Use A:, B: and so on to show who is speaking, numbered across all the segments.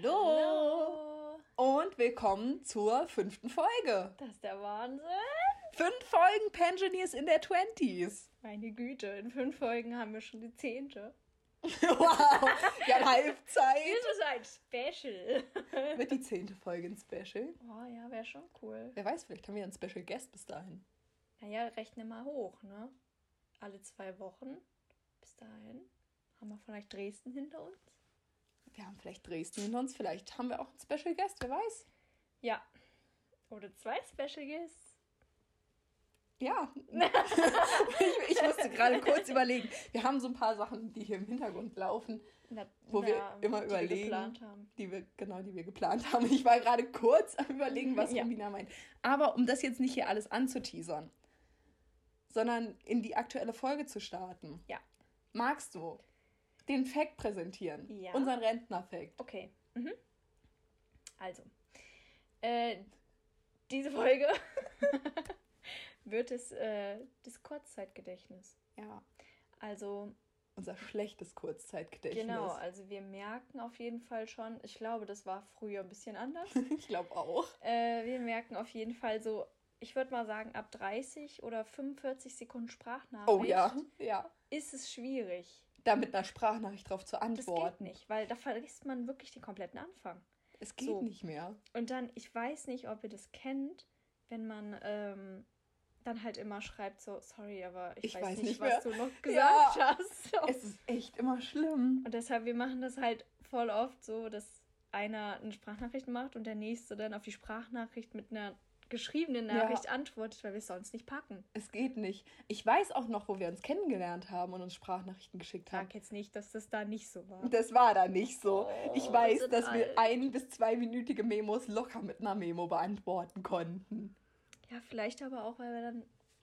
A: Hallo.
B: Hallo.
A: und willkommen zur fünften Folge.
B: Das ist der Wahnsinn.
A: Fünf Folgen Pensioneers in der 20s.
B: Meine Güte, in fünf Folgen haben wir schon die zehnte.
A: Wow, ja, Halbzeit.
B: Das ist ein Special.
A: Wird die zehnte Folge ein Special?
B: Oh ja, wäre schon cool.
A: Wer weiß, vielleicht haben wir einen Special Guest bis dahin.
B: Naja, rechne mal hoch, ne? Alle zwei Wochen. Bis dahin haben wir vielleicht Dresden hinter uns.
A: Wir haben vielleicht Dresden hinter uns, vielleicht haben wir auch einen Special Guest, wer weiß.
B: Ja. Oder zwei Special Guests.
A: Ja, ich, ich musste gerade kurz überlegen. Wir haben so ein paar Sachen, die hier im Hintergrund laufen,
B: Na-
A: wo
B: na,
A: wir immer
B: die
A: überlegen,
B: geplant haben.
A: die wir genau, die wir geplant haben. Ich war gerade kurz am überlegen, was
B: Ja.
A: Romina meint. Aber um das jetzt nicht hier alles anzuteasern, sondern in die aktuelle Folge zu starten,
B: Ja.
A: magst du den Fact präsentieren?
B: Ja.
A: Unseren Rentner-Fact.
B: Okay. Mhm. Also, äh, diese Folge wird es äh, das Kurzzeitgedächtnis.
A: Ja.
B: Also,
A: Unser schlechtes Kurzzeitgedächtnis.
B: genau, also wir merken auf jeden Fall schon, ich glaube, das war früher ein bisschen anders.
A: Ich glaube auch.
B: äh, wir merken auf jeden Fall so, ich würde mal sagen, ab 30 oder 45 Sekunden Sprachnachricht
A: Oh ja. Ja.
B: ist es schwierig.
A: Da mit einer Sprachnachricht drauf zu
B: Das
A: antworten.
B: geht nicht, weil da vergisst man wirklich den kompletten Anfang.
A: Es geht
B: So.
A: nicht mehr.
B: Und dann, ich weiß nicht, ob ihr das kennt, wenn man ähm, dann halt immer schreibt, so, sorry, aber ich, weiß, nicht,
A: mehr."
B: was du noch
A: Ja.
B: gesagt hast. So.
A: Es ist echt immer schlimm.
B: Und deshalb, wir machen das halt voll oft so, dass einer eine Sprachnachricht macht und der nächste dann auf die Sprachnachricht mit einer geschriebenen
A: Ja.
B: Nachricht antwortet, weil wir es sonst nicht packen.
A: Es geht nicht. Ich weiß auch noch, wo wir uns kennengelernt haben und uns Sprachnachrichten geschickt haben.
B: Sag jetzt nicht, dass das da nicht so war.
A: Das war da nicht so.
B: Oh,
A: ich weiß,
B: wir sind
A: dass wir
B: alt.
A: ein- bis zweiminütige Memos locker mit einer Memo beantworten konnten.
B: Ja, vielleicht aber auch, weil wir dann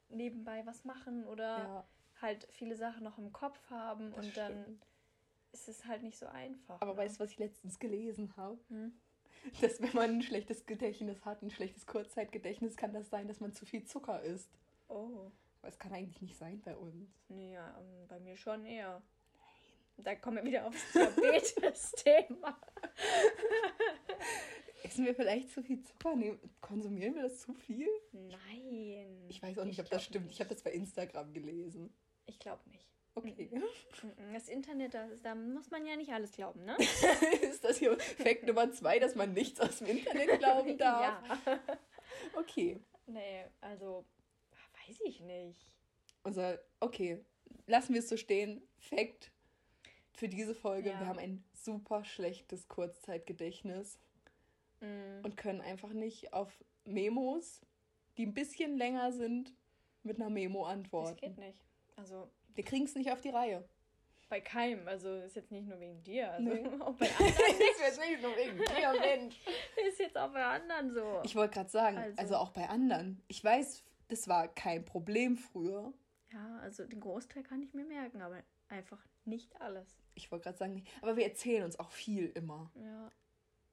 B: nebenbei was machen oder
A: Ja.
B: halt viele Sachen noch im Kopf haben
A: Das
B: und dann
A: stimmt.
B: ist es halt nicht so einfach.
A: Aber
B: ne?
A: weißt du, was ich letztens gelesen habe?
B: Hm.
A: Dass wenn man ein schlechtes Gedächtnis hat, ein schlechtes Kurzzeitgedächtnis, kann das sein, dass man zu viel Zucker isst.
B: Oh,
A: Aber es kann eigentlich nicht sein bei uns.
B: naja, bei mir schon eher. Da kommen wir wieder aufs Diabetes-Thema.
A: Essen wir vielleicht zu viel Zucker? Nehmen- konsumieren wir das zu viel?
B: Nein.
A: Ich weiß auch nicht, ob
B: glaub
A: das stimmt. Ich habe das bei Instagram gelesen.
B: Ich glaube nicht.
A: Okay.
B: Mhm. Das Internet, das, da muss man ja nicht alles glauben, ne?
A: Ist das hier Fact Nummer zwei, dass man nichts aus dem Internet glauben darf?
B: Ja.
A: Okay.
B: Nee, also, weiß ich nicht.
A: Unser, okay, lassen wir es so stehen. Fact für diese Folge:
B: Ja.
A: Wir haben ein super schlechtes Kurzzeitgedächtnis
B: Mhm.
A: und können einfach nicht auf Memos, die ein bisschen länger sind, mit einer Memo
B: Das geht
A: antworten.
B: nicht. Also,
A: Wir kriegen es nicht auf die Reihe.
B: bei keinem. Also, ist jetzt nicht nur wegen dir. Also,
A: Nee.
B: auch bei anderen.
A: ist jetzt nicht nur wegen dir, Mensch.
B: ist jetzt auch bei anderen so.
A: Ich wollte gerade sagen, also.
B: Also.
A: auch bei anderen. Ich weiß, das war kein Problem früher.
B: ja, also, den Großteil kann ich mir merken, aber einfach nicht alles.
A: Ich wollte gerade sagen, nicht- aber wir erzählen uns auch viel immer.
B: Ja.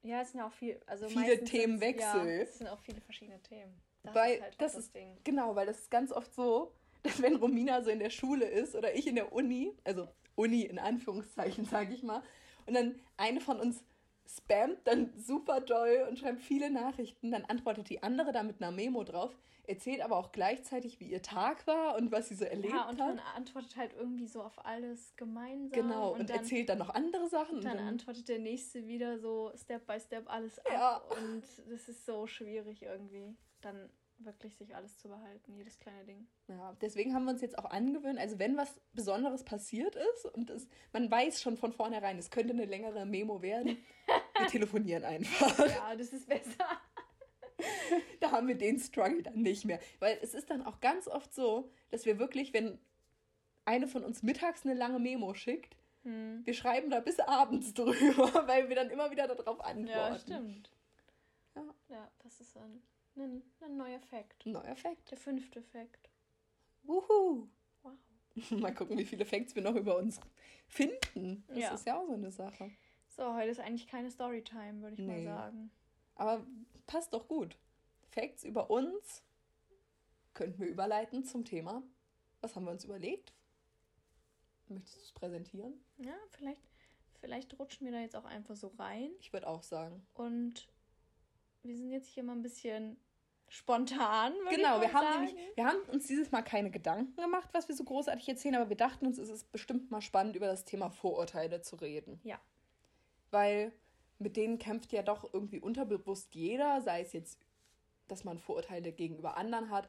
B: Ja, es sind auch viel, also
A: Viele
B: meistens
A: Themenwechsel.
B: sind's- Ja, es sind auch viele verschiedene Themen. Das
A: weil
B: ist halt
A: das,
B: auch das
A: ist
B: Ding.
A: genau, weil das ist ganz oft so, dass wenn Romina so in der Schule ist oder ich in der Uni, also Uni in Anführungszeichen sage ich mal, und dann eine von uns spammt dann super doll und schreibt viele Nachrichten, dann antwortet die andere da mit einer Memo drauf, erzählt aber auch gleichzeitig, wie ihr Tag war und was sie so erlebt
B: Ja, und man
A: hat.
B: antwortet halt irgendwie so auf alles gemeinsam.
A: Genau, und,
B: und, dann,
A: erzählt dann noch andere Sachen. und
B: dann antwortet der Nächste wieder so Step by Step alles
A: Ja.
B: ab. Und das ist so schwierig irgendwie, dann wirklich sich alles zu behalten, jedes kleine Ding.
A: Ja, deswegen haben wir uns jetzt auch angewöhnt, also wenn was Besonderes passiert ist und es, man weiß schon von vornherein, es könnte eine längere Memo werden, wir telefonieren einfach.
B: Ja, das ist besser.
A: Da haben wir den Struggle dann nicht mehr. Weil es ist dann auch ganz oft so, dass wir wirklich, wenn eine von uns mittags eine lange Memo schickt,
B: Hm.
A: wir schreiben da bis abends drüber, weil wir dann immer wieder darauf antworten.
B: Ja, stimmt.
A: Ja.
B: Ja, das ist ein, ein, ein neuer Fact.
A: Ein neuer Fact.
B: Der fünfte Fact.
A: Wuhu!
B: Wow.
A: Mal gucken, wie viele Facts wir noch über uns finden. Das
B: Ja.
A: ist ja auch so eine Sache.
B: So, heute ist eigentlich keine Storytime, würde ich mal
A: Nee.
B: sagen.
A: Aber passt doch gut. Facts über uns könnten wir überleiten zum Thema. Was haben wir uns überlegt? Möchtest du es präsentieren?
B: Ja, vielleicht, Vielleicht rutschen wir da jetzt auch einfach so rein.
A: Ich würde auch sagen.
B: Und wir sind jetzt hier mal ein bisschen spontan. würd ich
A: Genau,
B: mal
A: wir haben,
B: sagen.
A: nämlich, wir haben uns dieses Mal keine Gedanken gemacht, was wir so großartig erzählen, aber wir dachten uns, es ist bestimmt mal spannend, über das Thema Vorurteile zu reden.
B: Ja.
A: Weil mit denen kämpft ja doch irgendwie unterbewusst jeder, sei es jetzt, dass man Vorurteile gegenüber anderen hat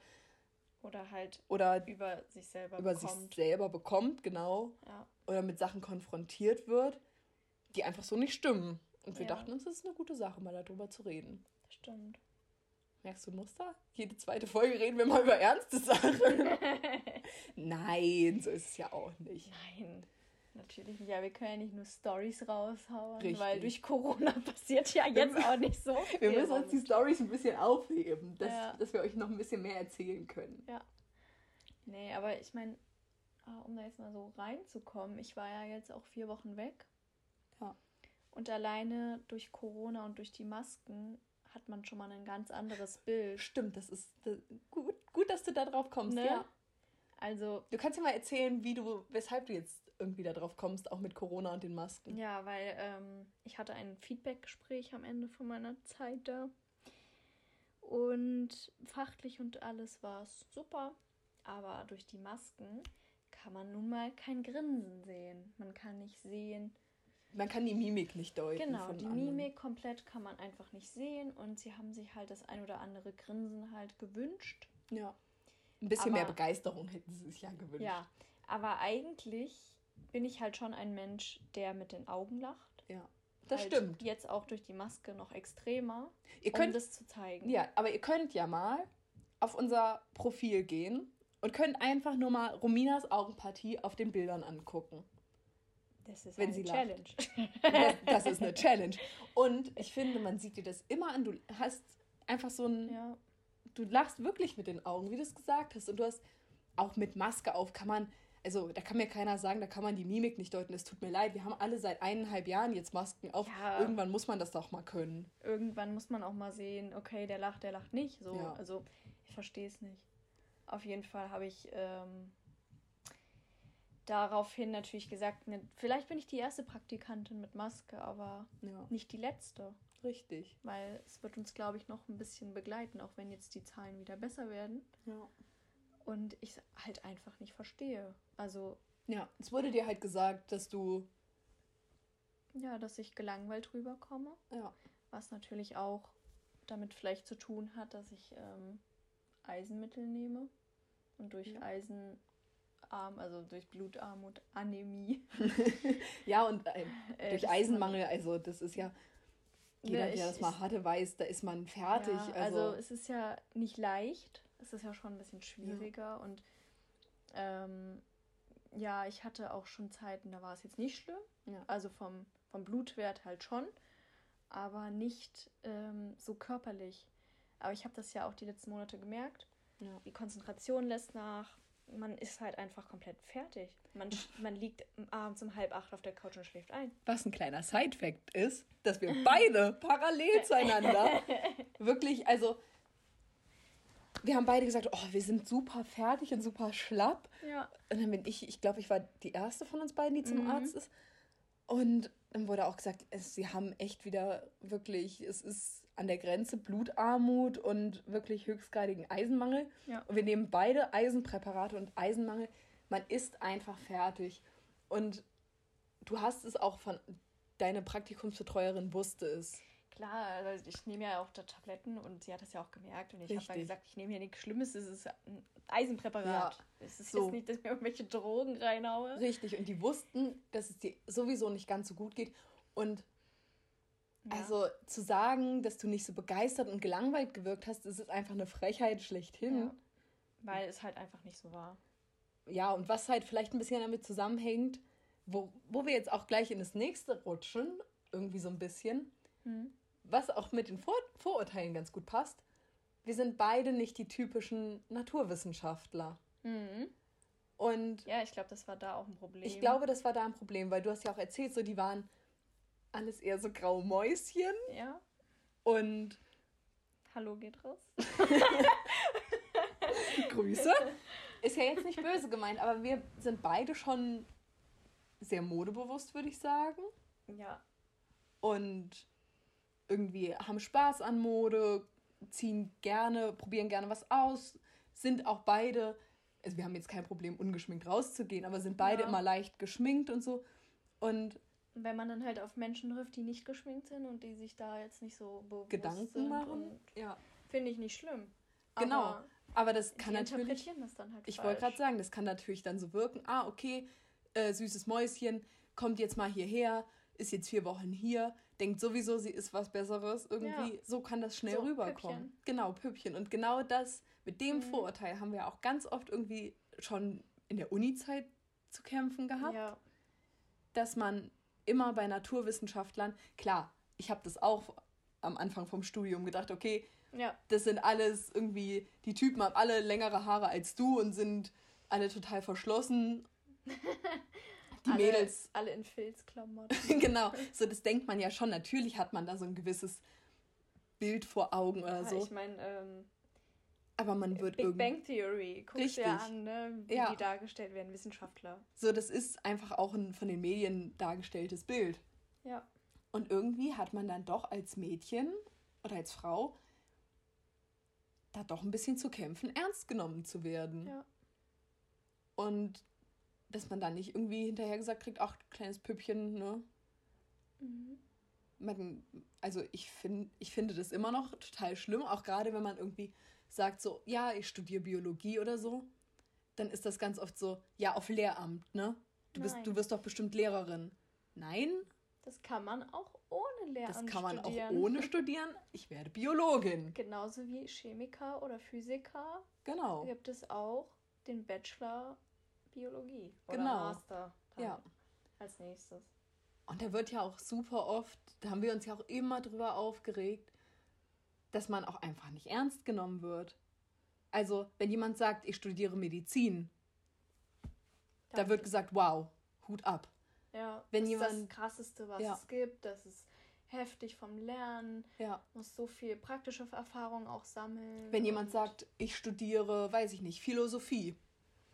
B: Oder halt
A: oder
B: über sich selber
A: über
B: bekommt.
A: sich selber bekommt, genau,
B: ja.
A: oder mit Sachen konfrontiert wird, die einfach so nicht stimmen. Und wir
B: Ja.
A: dachten uns, das ist eine gute Sache, mal darüber zu reden.
B: Stimmt.
A: Merkst du ein Muster? Jede zweite Folge reden wir mal über ernste Sachen. Nein, so ist es ja auch nicht.
B: Nein, natürlich nicht. Ja, wir können ja nicht nur Stories raushauen, weil
A: Richtig.
B: durch Corona passiert ja jetzt auch nicht so. Viel
A: Wir müssen uns die Stories ein bisschen aufheben, dass,
B: Ja.
A: dass wir euch noch ein bisschen mehr erzählen können.
B: nee, aber ich meine, ah, um da jetzt mal so reinzukommen, ich war ja jetzt auch vier Wochen weg.
A: Ja.
B: Und alleine durch Corona und durch die Masken hat man schon mal ein ganz anderes Bild.
A: Stimmt, das ist das, gut, gut, dass du da drauf kommst.
B: Ne?
A: Ja.
B: Also,
A: Du kannst ja mal erzählen, wie du, weshalb du jetzt irgendwie da drauf kommst, auch mit Corona und den Masken.
B: ja, weil ähm, ich hatte ein Feedbackgespräch am Ende von meiner Zeit da. Und fachlich und alles war super. Aber durch die Masken kann man nun mal kein Grinsen sehen. Man kann nicht sehen.
A: Man kann die Mimik nicht deuten.
B: Genau,
A: von
B: die
A: anderen.
B: Mimik komplett kann man einfach nicht sehen. Und sie haben sich halt das ein oder andere Grinsen halt gewünscht.
A: Ja. Ein bisschen
B: Aber-
A: mehr Begeisterung hätten sie sich ja gewünscht.
B: Ja, aber eigentlich bin ich halt schon ein Mensch, der mit den Augen lacht.
A: Ja. Das
B: halt
A: stimmt.
B: Jetzt auch durch die Maske noch extremer,
A: Ihr
B: um
A: könnt
B: das zu zeigen.
A: Ja, aber ihr könnt ja mal auf unser Profil gehen und könnt einfach nur mal Rominas Augenpartie auf den Bildern angucken.
B: Das ist
A: Wenn
B: eine
A: sie lacht. Das,
B: Challenge.
A: das ist eine Challenge. Und ich finde, man sieht dir das immer an. Du hast einfach so ein,
B: ja,
A: du lachst wirklich mit den Augen, wie du es gesagt hast. Und du hast auch mit Maske auf, kann man, also da kann mir keiner sagen, da kann man die Mimik nicht deuten. Es tut mir leid, wir haben alle seit eineinhalb Jahren jetzt Masken auf.
B: Ja.
A: Irgendwann muss man das doch mal können.
B: irgendwann muss man auch mal sehen, okay, der lacht, der lacht nicht. So,
A: Ja.
B: also ich verstehe es nicht. Auf jeden Fall habe ich ähm, daraufhin natürlich gesagt, ne, vielleicht bin ich die erste Praktikantin mit Maske, aber
A: Ja,
B: nicht die letzte,
A: richtig.
B: weil es wird uns, glaube ich, noch ein bisschen begleiten, auch wenn jetzt die Zahlen wieder besser werden.
A: Ja.
B: Und ich halt einfach nicht verstehe. Also
A: ja, es wurde dir halt gesagt, dass du,
B: ja, dass ich gelangweilt rüberkomme.
A: ja,
B: Was natürlich auch damit vielleicht zu tun hat, dass ich ähm, Eisenmittel nehme und durch
A: Ja.
B: Eisenarm, also durch Blutarmut, Anämie.
A: Ja, und äh,
B: äh,
A: durch
B: dass
A: Eisenmangel, also das ist ja,
B: man-
A: jeder,
B: Ne,
A: der
B: ich-
A: das mal
B: ich-
A: hatte, weiß, da ist man fertig.
B: Ja, also,
A: also,
B: es ist ja nicht leicht, es ist ja schon ein bisschen schwieriger und ähm, ja, ich hatte auch schon Zeiten, da war es jetzt nicht schlimm,
A: Ja.
B: also vom, vom Blutwert halt schon, aber nicht ähm, so körperlich. Aber ich habe das ja auch die letzten Monate gemerkt.
A: Ja.
B: Die Konzentration lässt nach. Man ist halt einfach komplett fertig. Man, sch- man liegt abends um halb acht auf der Couch und schläft ein.
A: was ein kleiner Side-Fact ist, dass wir beide parallel zueinander wirklich, also wir haben beide gesagt, oh, wir sind super fertig und super schlapp.
B: Ja.
A: Und dann bin ich, ich glaube, ich war die erste von uns beiden, die zum
B: Mhm.
A: Arzt ist. Und dann wurde auch gesagt, es, sie haben echt wieder wirklich, es ist an der Grenze Blutarmut und wirklich höchstgradigen Eisenmangel.
B: Ja.
A: Und wir nehmen beide Eisenpräparate und Eisenmangel. Man ist einfach fertig. Und du hast es auch von, deine Praktikumsbetreuerin wusste es.
B: Klar, also ich nehme ja auch da Tabletten und sie hat das ja auch gemerkt und ich habe dann
A: Richtig.
B: gesagt, ich nehme ja nichts Schlimmes, es ist ein Eisenpräparat. es ist
A: so.
B: jetzt nicht, dass ich mir irgendwelche Drogen reinhaue.
A: Richtig. Und die wussten, dass es dir sowieso nicht ganz so gut geht. Und
B: Ja.
A: Also zu sagen, dass du nicht so begeistert und gelangweilt gewirkt hast, das ist einfach eine Frechheit schlechthin.
B: Ja. Weil es halt einfach nicht so war.
A: Ja, und was halt vielleicht ein bisschen damit zusammenhängt, wo, wo wir jetzt auch gleich in das nächste rutschen, irgendwie so ein bisschen,
B: Hm.
A: was auch mit den Vor Vorurteilen ganz gut passt. Wir sind beide nicht die typischen Naturwissenschaftler.
B: Mhm.
A: Und
B: Ja, ich glaube, das war da auch ein Problem.
A: ich glaube, das war da ein Problem, weil du hast ja auch erzählt, so die waren alles eher so graue Mäuschen
B: Ja,
A: und
B: hallo geht raus.
A: Grüße. Ist ja jetzt nicht böse gemeint, aber wir sind beide schon sehr modebewusst, würde ich sagen.
B: Ja.
A: und irgendwie haben Spaß an Mode, ziehen gerne, probieren gerne was aus, sind auch beide, also wir haben jetzt kein Problem, ungeschminkt rauszugehen, aber sind beide
B: Ja.
A: immer leicht geschminkt und so. Und
B: Und Wenn man dann halt auf Menschen trifft, die nicht geschminkt sind und die sich da jetzt nicht so bewusst
A: Gedanken
B: sind
A: machen.
B: und-
A: ja,
B: Finde ich nicht schlimm.
A: Genau.
B: Aber
A: aber das kann
B: die
A: natürlich.
B: interpretieren das dann halt
A: Ich wollte gerade
B: falsch.
A: sagen, das kann natürlich dann so wirken. Ah, okay, äh, süßes Mäuschen, kommt jetzt mal hierher, ist jetzt vier Wochen hier, denkt sowieso, sie ist was Besseres. Irgendwie, so kann das schnell
B: So,
A: rüberkommen.
B: Püppchen.
A: Genau, Püppchen. Und genau das, mit dem
B: Mhm.
A: Vorurteil haben wir auch ganz oft irgendwie schon in der Uni-Zeit zu kämpfen gehabt,
B: Ja,
A: dass man immer bei Naturwissenschaftlern, klar, ich habe das auch am Anfang vom Studium gedacht, okay,
B: ja,
A: das sind alles irgendwie, die Typen haben alle längere Haare als du und sind alle total verschlossen. Die
B: alle,
A: Mädels,
B: Alle in Filzklamotten.
A: genau. So, das denkt man ja schon. Natürlich hat man da so ein gewisses Bild vor Augen oder
B: Ja,
A: so.
B: Ah, Ich meine, ähm,
A: Aber man wird
B: Big
A: irgendwie.
B: Bang Theory, guck
A: Richtig.
B: dir an, ne, wie
A: Ja.
B: die dargestellt werden, Wissenschaftler.
A: So, das ist einfach auch ein von den Medien dargestelltes Bild.
B: Ja,
A: Und irgendwie hat man dann doch als Mädchen oder als Frau da doch ein bisschen zu kämpfen, ernst genommen zu werden.
B: Ja.
A: Und dass man dann nicht irgendwie hinterher gesagt kriegt, ach, du kleines Püppchen, ne?
B: mhm.
A: Man, also ich, find, ich finde das immer noch total schlimm, auch gerade wenn man irgendwie sagt so, ja, ich studiere Biologie oder so, dann ist das ganz oft so, ja, auf Lehramt, ne? Du, bist,
B: Nein.
A: du wirst doch bestimmt Lehrerin. Nein,
B: das kann man auch ohne Lehramt
A: das kann man
B: studieren.
A: auch ohne studieren. Ich werde Biologin.
B: Genauso wie Chemiker oder Physiker
A: Genau.
B: gibt es auch den Bachelor Biologie oder
A: Genau.
B: Master dann
A: Ja.
B: als nächstes.
A: Und da wird ja auch super oft, da haben wir uns ja auch immer drüber aufgeregt, dass man auch einfach nicht ernst genommen wird. Also, wenn jemand sagt, ich studiere Medizin, da wird gesagt, wow, Hut ab.
B: Ja,
A: Wenn
B: das ist
A: jemand-
B: das Krasseste, was
A: Ja.
B: es gibt. Das ist heftig vom Lernen,
A: Ja.
B: muss so viel praktische Erfahrung auch sammeln.
A: Wenn jemand
B: und-
A: sagt, ich studiere, weiß ich nicht, Philosophie,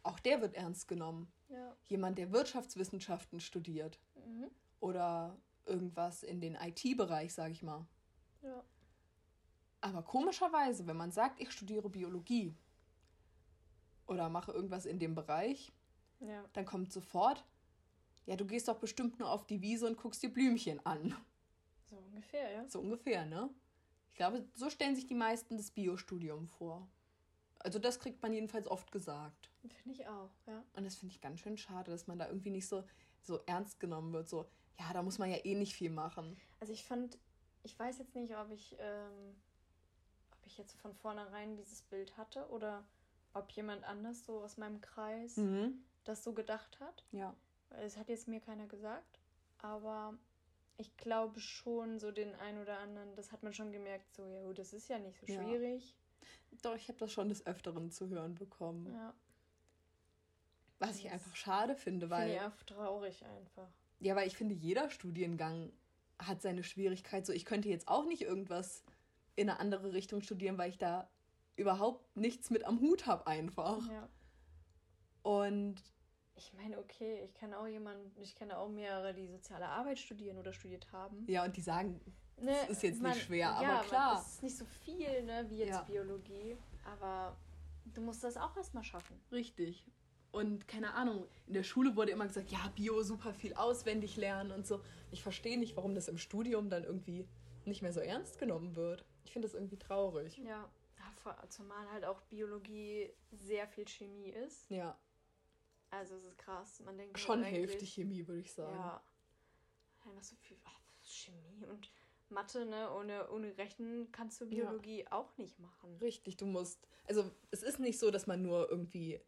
A: auch der wird ernst genommen.
B: Ja.
A: Jemand, der Wirtschaftswissenschaften studiert
B: Mhm.
A: oder irgendwas in den IT-Bereich, sag ich mal.
B: ja.
A: Aber komischerweise, wenn man sagt, ich studiere Biologie oder mache irgendwas in dem Bereich,
B: Ja.
A: dann kommt sofort, ja, du gehst doch bestimmt nur auf die Wiese und guckst dir Blümchen an.
B: So ungefähr, ja.
A: So ungefähr, ne? Ich glaube, so stellen sich die meisten das Biostudium vor. Also das kriegt man jedenfalls oft gesagt.
B: Finde ich auch, ja.
A: Und das finde ich ganz schön schade, dass man da irgendwie nicht so, so ernst genommen wird. So, ja, da muss man ja eh nicht viel machen.
B: Also ich fand, ich weiß jetzt nicht, ob ich, ähm, ob ich jetzt von vornherein dieses Bild hatte oder ob jemand anders so aus meinem Kreis
A: Mhm.
B: das so gedacht hat.
A: Ja.
B: Es hat jetzt mir keiner gesagt, aber ich glaube schon, so den einen oder anderen, das hat man schon gemerkt, so, ja, gut, das ist ja nicht so
A: Ja.
B: schwierig.
A: Doch, ich habe das schon des Öfteren zu hören bekommen.
B: Ja.
A: Was ich
B: Das
A: einfach schade finde,
B: Finde
A: weil.
B: ich auch traurig einfach.
A: Ja, weil ich finde, jeder Studiengang hat seine Schwierigkeit. So, ich könnte jetzt auch nicht irgendwas in eine andere Richtung studieren, weil ich da überhaupt nichts mit am Hut habe einfach.
B: Ja.
A: Und
B: Ich meine, okay, ich kann auch jemanden, ich kenne auch mehrere, die soziale Arbeit studieren oder studiert haben.
A: ja, und die sagen,
B: Ne,
A: Das ist jetzt nicht schwer, aber
B: man-
A: klar.
B: Das ist nicht so viel, ne, wie jetzt
A: Ja.
B: Biologie, aber du musst das auch erstmal schaffen.
A: richtig. Und keine Ahnung, in der Schule wurde immer gesagt, ja, Bio super viel auswendig lernen und so. Ich verstehe nicht, warum das im Studium dann irgendwie nicht mehr so ernst genommen wird. Ich finde das irgendwie traurig.
B: Ja. vor- Zumal halt auch Biologie sehr viel Chemie ist.
A: Ja,
B: Also es ist krass. Man denkt
A: schon
B: eigentlich-
A: Hälfte Chemie, würde ich sagen.
B: Ja. Einfach so viel ach, Chemie und Mathe, ne? Ohne, ohne Rechnen kannst du Biologie auch nicht machen.
A: Richtig, du musst. Also es ist nicht so, dass man nur irgendwie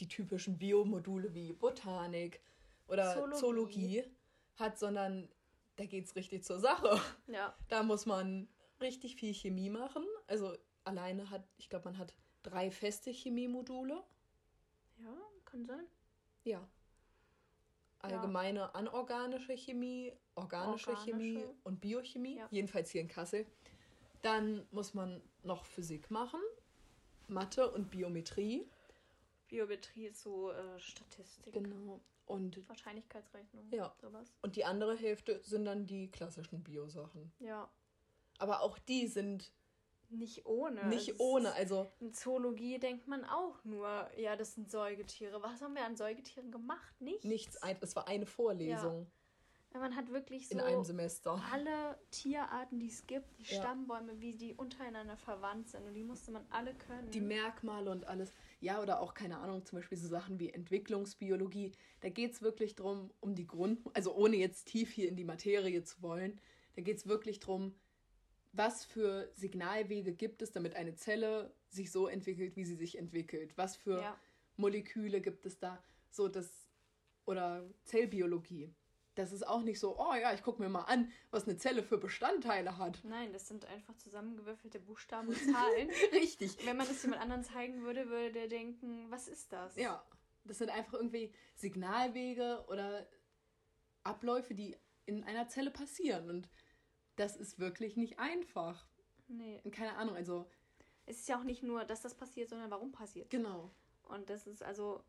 A: die typischen Biomodule wie Botanik oder
B: Zoologie.
A: Zoologie, hat, sondern da geht's richtig zur Sache.
B: Ja.
A: Da muss man richtig viel Chemie machen. Also alleine hat, ich glaube, man hat drei feste Chemiemodule.
B: Ja, kann sein.
A: Ja. Allgemeine anorganische Chemie, organische,
B: Organische.
A: Chemie und Biochemie,
B: Ja.
A: jedenfalls hier in Kassel. Dann muss man noch Physik machen, Mathe und Biometrie.
B: Biometrie ist so äh, Statistik.
A: Genau. Und,
B: Wahrscheinlichkeitsrechnung.
A: Ja.
B: Sowas.
A: und die andere Hälfte sind dann die klassischen Bio-Sachen.
B: Ja.
A: Aber auch die sind
B: Nicht ohne. Es
A: nicht
B: ist-
A: ohne. Also,
B: In Zoologie denkt man auch nur, ja, das sind Säugetiere. Was haben wir an Säugetieren gemacht? Nichts.
A: nichts. Ein, es war eine Vorlesung
B: Ja, Man hat wirklich so
A: in einem Semester.
B: alle Tierarten, die es gibt, die
A: Ja.
B: Stammbäume, wie die untereinander verwandt sind. Und die musste man alle können.
A: die Merkmale und alles. Ja, oder auch, keine Ahnung, zum Beispiel so Sachen wie Entwicklungsbiologie. Da geht es wirklich drum, um die Grund, also ohne jetzt tief hier in die Materie zu wollen, da geht es wirklich drum, was für Signalwege gibt es, damit eine Zelle sich so entwickelt, wie sie sich entwickelt? Was für
B: ja.
A: Moleküle gibt es da? So das, oder Zellbiologie. Das ist auch nicht so, oh ja, ich gucke mir mal an, was eine Zelle für Bestandteile hat.
B: Nein, das sind einfach zusammengewürfelte Buchstaben und Zahlen.
A: Richtig.
B: Wenn man es jemand anderen zeigen würde, würde der denken, was ist das?
A: Ja, das sind einfach irgendwie Signalwege oder Abläufe, die in einer Zelle passieren. Und das ist wirklich nicht einfach.
B: Nee.
A: Und keine Ahnung, also
B: Es ist ja auch nicht nur, dass das passiert, sondern warum passiert.
A: genau.
B: Und das ist also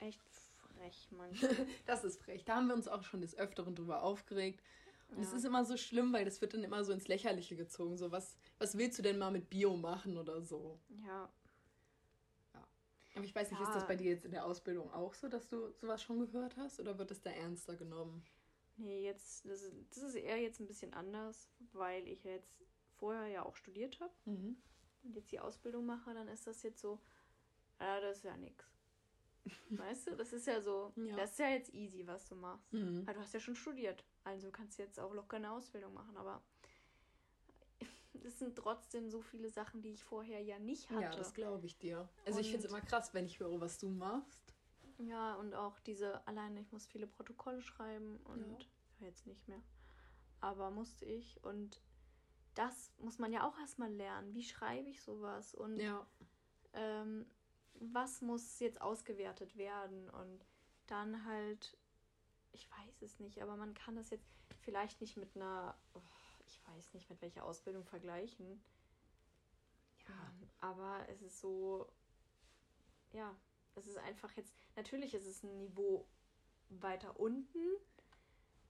B: echt frech manchmal.
A: Das ist frech. Da haben wir uns auch schon des Öfteren drüber aufgeregt. Und es
B: Ja.
A: ist immer so schlimm, weil das wird dann immer so ins Lächerliche gezogen. So, was, was willst du denn mal mit Bio machen oder so?
B: ja.
A: Aber ich weiß nicht, ist
B: Ja.
A: das bei dir jetzt in der Ausbildung auch so, dass du sowas schon gehört hast? Oder wird das da ernster genommen?
B: Nee, jetzt, das ist, das ist eher jetzt ein bisschen anders, weil ich ja jetzt vorher ja auch studiert habe
A: Mhm.
B: und jetzt die Ausbildung mache, dann ist das jetzt so, ja, das ist ja nix. Weißt du, das ist ja so,
A: Ja.
B: das ist ja jetzt easy, was du machst.
A: Mhm.
B: Ah, du hast ja schon studiert, also kannst du jetzt auch locker eine Ausbildung machen, aber es sind trotzdem so viele Sachen, die ich vorher ja nicht hatte.
A: Ja, das glaube ich dir. Also ich finde es
B: Und-
A: immer krass, wenn ich höre, was du machst.
B: Ja, und auch diese, alleine ich muss viele Protokolle schreiben und ja, jetzt nicht mehr. Aber musste ich und das muss man ja auch erstmal lernen. Wie schreibe ich sowas und
A: Ja,
B: ähm, was muss jetzt ausgewertet werden und dann halt, ich weiß es nicht, aber man kann das jetzt vielleicht nicht mit einer, oh, ich weiß nicht, mit welcher Ausbildung vergleichen. Ähm,
A: Ja.
B: Aber es ist so, ja, es ist einfach jetzt, natürlich ist es ein Niveau weiter unten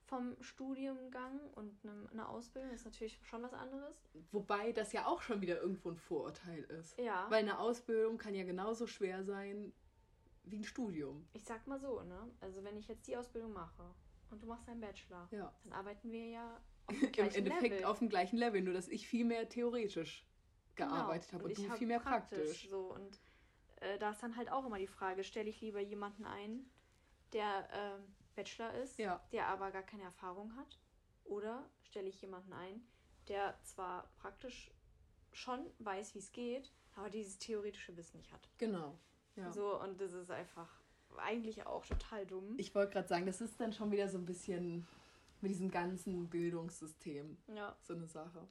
B: vom Studiengang und einem- einer Ausbildung, das ist natürlich schon was anderes.
A: wobei das ja auch schon wieder irgendwo ein Vorurteil ist.
B: Ja.
A: Weil eine Ausbildung kann ja genauso schwer sein wie ein Studium.
B: Ich sag mal so, ne? Also wenn ich jetzt die Ausbildung mache und du machst deinen Bachelor,
A: Ja.
B: dann arbeiten wir ja
A: Im
B: gleichen
A: Endeffekt
B: Level.
A: auf dem gleichen Level, nur dass ich viel mehr theoretisch gearbeitet habe und,
B: Genau. ich
A: du
B: hab
A: viel mehr praktisch.
B: So und äh, da ist dann halt auch immer die Frage, stelle ich lieber jemanden ein, der ähm, Bachelor ist,
A: Ja.
B: der aber gar keine Erfahrung hat, oder stelle ich jemanden ein, der zwar praktisch schon weiß, wie es geht, aber dieses theoretische Wissen nicht hat.
A: Genau. Ja.
B: So und das ist einfach eigentlich auch total dumm.
A: Ich wollte gerade sagen, das ist dann schon wieder so ein bisschen mit diesem ganzen Bildungssystem
B: ja.
A: so eine Sache.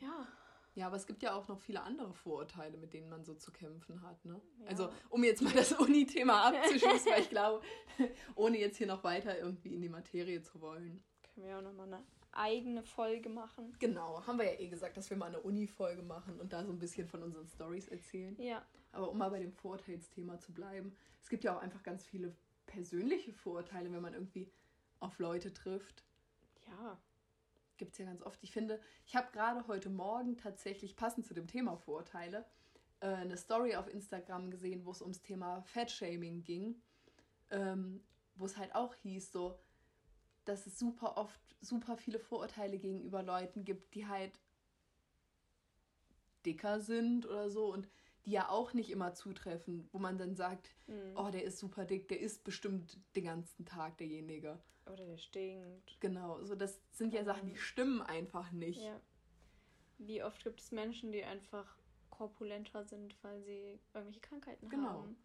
B: Ja.
A: Ja, aber es gibt ja auch noch viele andere Vorurteile, mit denen man so zu kämpfen hat. Ne?
B: Ja.
A: Also, um jetzt mal das Uni-Thema abzuschließen, weil ich glaube, ohne jetzt hier noch weiter irgendwie in die Materie zu wollen.
B: Können wir auch nochmal eine eigene Folge machen.
A: Genau, haben wir ja eh gesagt, dass wir mal eine Uni-Folge machen und da so ein bisschen von unseren Stories erzählen.
B: Ja.
A: Aber um mal bei dem Vorurteilsthema zu bleiben, es gibt ja auch einfach ganz viele persönliche Vorurteile, wenn man irgendwie auf Leute trifft.
B: Ja.
A: Gibt es ja ganz oft. Ich finde, ich habe gerade heute Morgen tatsächlich passend zu dem Thema Vorurteile äh, eine Story auf Instagram gesehen, wo es ums Thema Fatshaming ging. Ähm, wo es halt auch hieß, so, dass es super oft super viele Vorurteile gegenüber Leuten gibt, die halt dicker sind oder so und die ja auch nicht immer zutreffen, wo man dann sagt,
B: Mhm.
A: oh, der ist super dick, der isst bestimmt den ganzen Tag derjenige.
B: Oder der stinkt.
A: Genau, so das sind ja Sachen, die stimmen einfach nicht.
B: Ja. Wie oft gibt es Menschen, die einfach korpulenter sind, weil sie irgendwelche Krankheiten
A: Genau.
B: haben?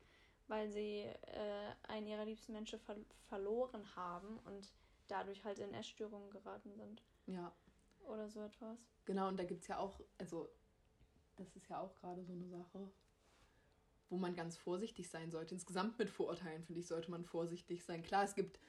B: Weil sie äh, einen ihrer liebsten Menschen ver verloren haben und dadurch halt in Essstörungen geraten sind.
A: Ja,
B: Oder so etwas.
A: genau, und da gibt es ja auch, also das ist ja auch gerade so eine Sache, wo man ganz vorsichtig sein sollte. Insgesamt mit Vorurteilen, finde ich, sollte man vorsichtig sein. Klar, es gibt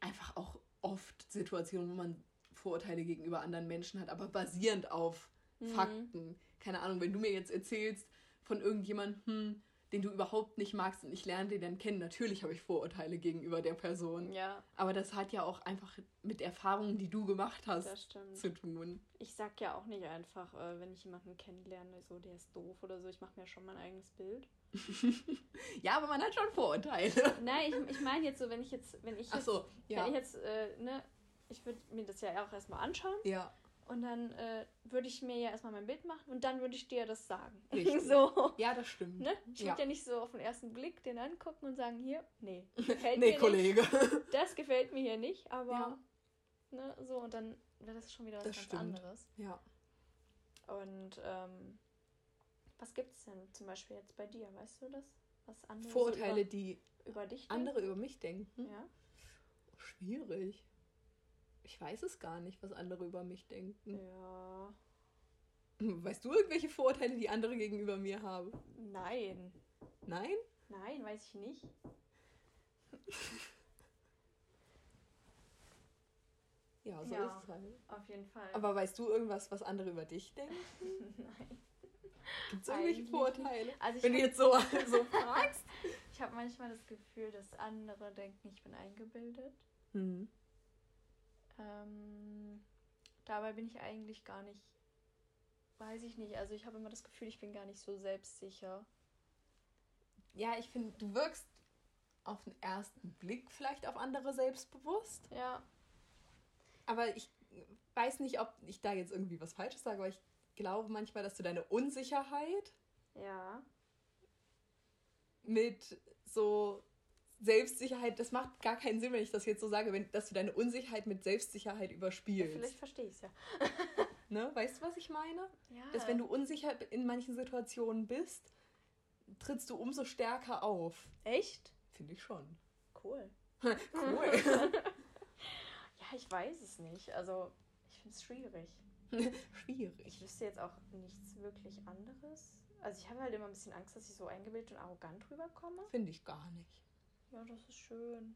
A: einfach auch oft Situationen, wo man Vorurteile gegenüber anderen Menschen hat, aber basierend auf
B: Mhm.
A: Fakten. Keine Ahnung, wenn du mir jetzt erzählst von irgendjemandem, hm, den du überhaupt nicht magst und ich lerne den dann kennen, natürlich habe ich Vorurteile gegenüber der Person.
B: Ja,
A: Aber das hat ja auch einfach mit Erfahrungen, die du gemacht
B: das
A: hast,
B: stimmt.
A: zu tun.
B: Ich sag ja auch nicht einfach, äh, wenn ich jemanden kennenlerne, so der ist doof oder so. Ich mache mir schon mein eigenes Bild.
A: Ja, aber man hat schon Vorurteile.
B: Nein, ich, ich meine jetzt so, wenn ich jetzt, wenn ich
A: Ach
B: jetzt,
A: so,
B: wenn ich
A: ja.
B: jetzt, äh, ne, ich würde mir das ja auch erstmal anschauen
A: Ja,
B: und dann äh, würde ich mir ja erstmal mein Bild machen und dann würde ich dir das sagen.
A: Richtig.
B: so.
A: ja das stimmt.
B: Ne? Ich
A: Ja.
B: würde ja nicht so auf den ersten Blick den angucken und sagen, hier, nee, gefällt
A: Nee,
B: mir
A: Kollege.
B: nicht. Das gefällt mir hier nicht, aber
A: Ja.
B: ne, so und dann wäre das schon wieder was
A: Das
B: ganz
A: stimmt.
B: anderes.
A: Ja.
B: Und ähm, was gibt es denn zum Beispiel jetzt bei dir? Weißt du das? Was andere so
A: Vorurteile, die
B: über, über dich denken?
A: andere über mich denken.
B: Ja.
A: Schwierig. Ich weiß es gar nicht, was andere über mich denken.
B: ja.
A: Weißt du irgendwelche Vorurteile, die andere gegenüber mir haben?
B: Nein.
A: Nein?
B: Nein, weiß ich nicht.
A: Ja, so
B: Ja.
A: ist es halt.
B: Auf jeden Fall.
A: Aber weißt du irgendwas, was andere über dich denken?
B: Nein.
A: Gibt es irgendwelche
B: Eigentlich
A: Vorurteile?
B: Also ich
A: Wenn du
B: hab-
A: jetzt so, so fragst.
B: Ich habe manchmal das Gefühl, dass andere denken, ich bin eingebildet.
A: Hm.
B: Ähm, dabei bin ich eigentlich gar nicht, weiß ich nicht. Also ich habe immer das Gefühl, ich bin gar nicht so selbstsicher.
A: Ja, ich finde, du wirkst auf den ersten Blick vielleicht auf andere selbstbewusst.
B: Ja,
A: Aber ich weiß nicht, ob ich da jetzt irgendwie was Falsches sage, aber ich glaube manchmal, dass du deine Unsicherheit
B: ja,
A: mit so Selbstsicherheit, das macht gar keinen Sinn, wenn ich das jetzt so sage, wenn, dass du deine Unsicherheit mit Selbstsicherheit
B: vielleicht
A: überspielst.
B: verstehe ich es ja.
A: Ne? Weißt du, was ich meine?
B: ja.
A: Dass wenn du unsicher in manchen Situationen bist, trittst du umso stärker auf.
B: Echt?
A: Finde ich schon.
B: Cool.
A: Cool.
B: Ja, ich weiß es nicht. Also ich finde es schwierig. Ich
A: Schwierig.
B: wüsste jetzt auch nichts wirklich anderes. Also ich habe halt immer ein bisschen Angst, dass ich so eingebildet und arrogant rüberkomme.
A: Finde ich gar nicht.
B: Ja, das ist schön.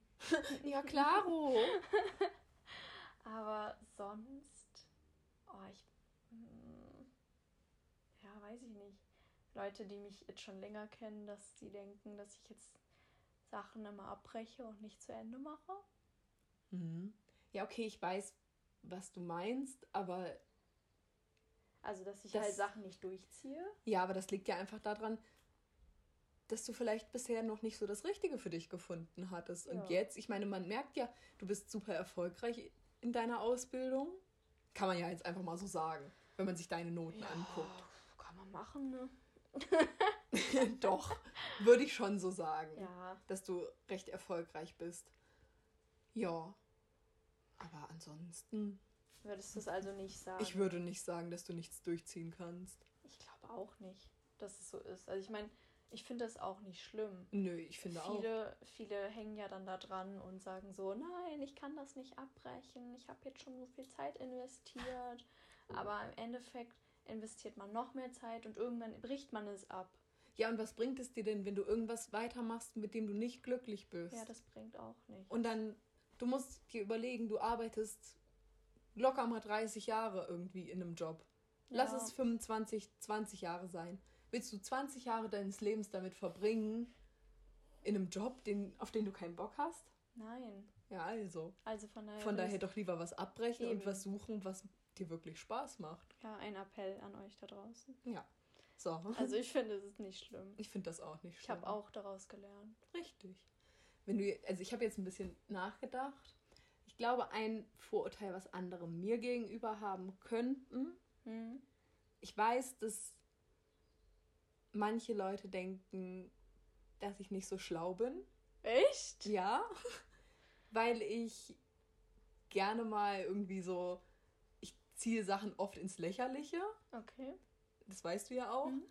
A: Ja, klaro.
B: Aber sonst. Oh, ich. mm, Ja, weiß ich nicht. Leute, die mich jetzt schon länger kennen, dass die denken, dass ich jetzt Sachen immer abbreche und nicht zu Ende mache.
A: Mhm. Ja, okay, ich weiß, was du meinst, aber
B: Also, dass ich
A: Das-
B: halt Sachen nicht durchziehe.
A: ja, aber das liegt ja einfach daran, dass du vielleicht bisher noch nicht so das Richtige für dich gefunden hattest. Und
B: Ja.
A: jetzt, ich meine, man merkt ja, du bist super erfolgreich in deiner Ausbildung. Kann man ja jetzt einfach mal so sagen, wenn man sich deine Noten anguckt.
B: kann man machen, ne?
A: Doch, würde ich schon so sagen,
B: Ja.
A: dass du recht erfolgreich bist. Ja. Aber ansonsten,
B: Würdest du es also nicht sagen?
A: ich würde nicht sagen, dass du nichts durchziehen kannst.
B: Ich glaube auch nicht, dass es so ist. Also ich meine, ich finde das auch nicht schlimm.
A: Nö, ich finde auch.
B: viele, viele hängen ja dann da dran und sagen so, nein, ich kann das nicht abbrechen, ich habe jetzt schon so viel Zeit investiert. Aber im Endeffekt investiert man noch mehr Zeit und irgendwann bricht man es ab.
A: Ja, und was bringt es dir denn, wenn du irgendwas weitermachst, mit dem du nicht glücklich bist?
B: Ja, das bringt auch nicht.
A: und dann, du musst dir überlegen, du arbeitest locker mal 30 Jahre irgendwie in einem Job. Lass
B: Ja.
A: es 25, 20 Jahre sein. Willst du 20 Jahre deines Lebens damit verbringen, in einem Job, den, auf den du keinen Bock hast?
B: Nein.
A: Ja, also.
B: Also von daher,
A: Von
B: das-
A: daher doch lieber was abbrechen
B: Eben.
A: und was suchen, was dir wirklich Spaß macht.
B: ja, ein Appell an euch da draußen.
A: Ja. So.
B: Also ich finde, es ist nicht schlimm.
A: ich finde das auch nicht
B: Ich
A: schlimm.
B: habe auch daraus gelernt.
A: Richtig. Wenn du, also ich habe jetzt ein bisschen nachgedacht. Ich glaube, ein Vorurteil, was andere mir gegenüber haben könnten.
B: Hm?
A: Ich weiß, dass manche Leute denken, dass ich nicht so schlau bin.
B: Echt?
A: Ja, weil ich gerne mal irgendwie so, ich ziehe Sachen oft ins Lächerliche.
B: Okay.
A: Das weißt du ja auch.
B: Mhm.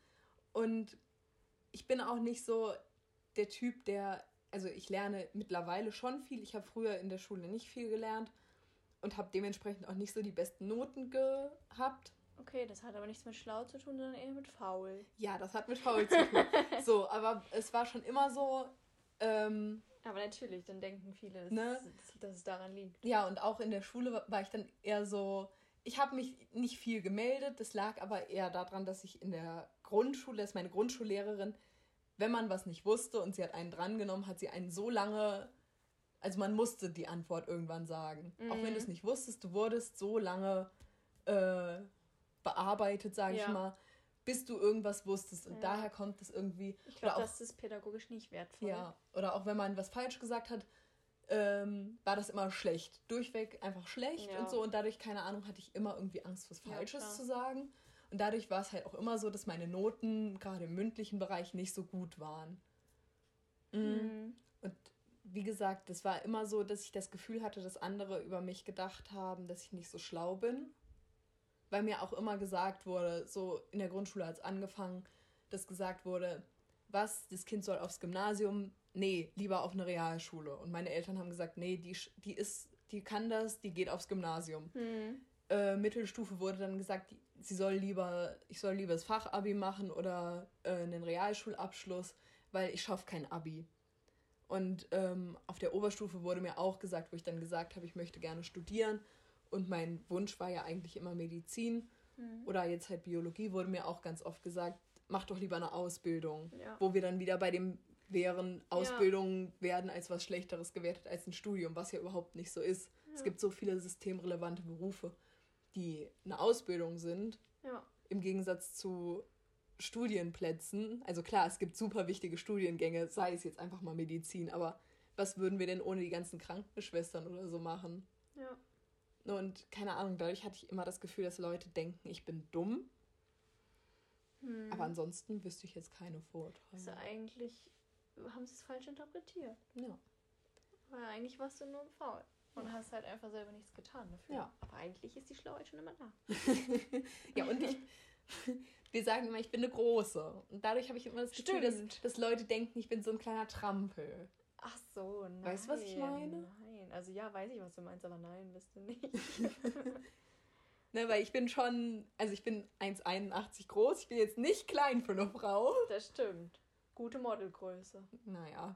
A: Und ich bin auch nicht so der Typ, der, also ich lerne mittlerweile schon viel. Ich habe früher in der Schule nicht viel gelernt und habe dementsprechend auch nicht so die besten Noten gehabt.
B: Okay, das hat aber nichts mit schlau zu tun, sondern eher mit faul.
A: Ja, das hat mit faul zu tun. so, aber es war schon immer so. Ähm,
B: Aber natürlich, dann denken viele, dass,
A: Ne?
B: dass es daran liegt.
A: ja, und auch in der Schule wa- war ich dann eher so. Ich habe mich nicht viel gemeldet. Das lag aber eher daran, dass ich in der Grundschule, dass meine Grundschullehrerin, wenn man was nicht wusste und sie hat einen drangenommen, hat sie einen so lange. Also man musste die Antwort irgendwann sagen. Auch wenn
B: Mhm.
A: du es nicht wusstest, du wurdest so lange äh, bearbeitet, sage
B: Ja.
A: ich mal, bis du irgendwas wusstest. Und
B: Ja.
A: daher kommt es irgendwie.
B: Ich
A: oder
B: glaube,
A: auch-
B: das ist pädagogisch nicht wertvoll.
A: ja, oder auch wenn man was falsch gesagt hat, ähm, war das immer schlecht. Durchweg einfach schlecht
B: Ja.
A: und so. Und dadurch, keine Ahnung, hatte ich immer irgendwie Angst, was
B: Ja,
A: Falsches
B: klar.
A: zu sagen. Und dadurch war es halt auch immer so, dass meine Noten gerade im mündlichen Bereich nicht so gut waren. Mhm.
B: Mhm.
A: Und wie gesagt, das war immer so, dass ich das Gefühl hatte, dass andere über mich gedacht haben, dass ich nicht so schlau bin. Weil mir auch immer gesagt wurde, so in der Grundschule als angefangen, dass gesagt wurde, was, das Kind soll aufs Gymnasium? Nee, lieber auf eine Realschule. Und meine Eltern haben gesagt, nee, die, sch- die ist, die kann das, die geht aufs Gymnasium
B: Mhm.
A: äh, Mittelstufe wurde dann gesagt, die- sie soll lieber, ich soll lieber das Fachabi machen oder äh, einen Realschulabschluss, weil ich schaffe kein Abi. Und ähm, auf der Oberstufe wurde mir auch gesagt, wo ich dann gesagt habe, ich möchte gerne studieren. Und mein Wunsch war ja eigentlich immer Medizin
B: Mhm.
A: oder jetzt halt Biologie, wurde mir auch ganz oft gesagt, mach doch lieber eine Ausbildung.
B: Ja.
A: Wo wir dann wieder bei dem wären, Ausbildungen werden als was Schlechteres gewertet als ein Studium, was ja überhaupt nicht so ist. Es
B: Ja.
A: gibt so viele systemrelevante Berufe, die eine Ausbildung sind,
B: ja.
A: im Gegensatz zu Studienplätzen. Also klar, es gibt super wichtige Studiengänge, sei es jetzt einfach mal Medizin, aber was würden wir denn ohne die ganzen Krankenschwestern oder so machen?
B: Ja.
A: Und keine Ahnung, dadurch hatte ich immer das Gefühl, dass Leute denken, ich bin dumm,
B: Mhm.
A: aber ansonsten wüsste ich jetzt keine Vorurteile.
B: Also eigentlich haben sie es falsch interpretiert.
A: ja.
B: Weil eigentlich warst du nur faul. Und hast halt einfach selber nichts getan dafür.
A: Ja.
B: Aber eigentlich ist die Schlauheit schon immer da.
A: ja, und ich, wir sagen immer, ich bin eine Große. Und dadurch habe ich immer das Gefühl, dass,
B: Stimmt.
A: dass Leute denken, ich bin so ein kleiner Trampel.
B: Ach so, nein.
A: Weißt du, was ich meine?
B: Nein. Also ja, weiß ich, was du meinst, aber nein, bist du nicht.
A: Ne, weil ich bin schon, also ich bin 1,81 groß, ich bin jetzt nicht klein für eine Frau.
B: Das stimmt. Gute Modelgröße.
A: Naja,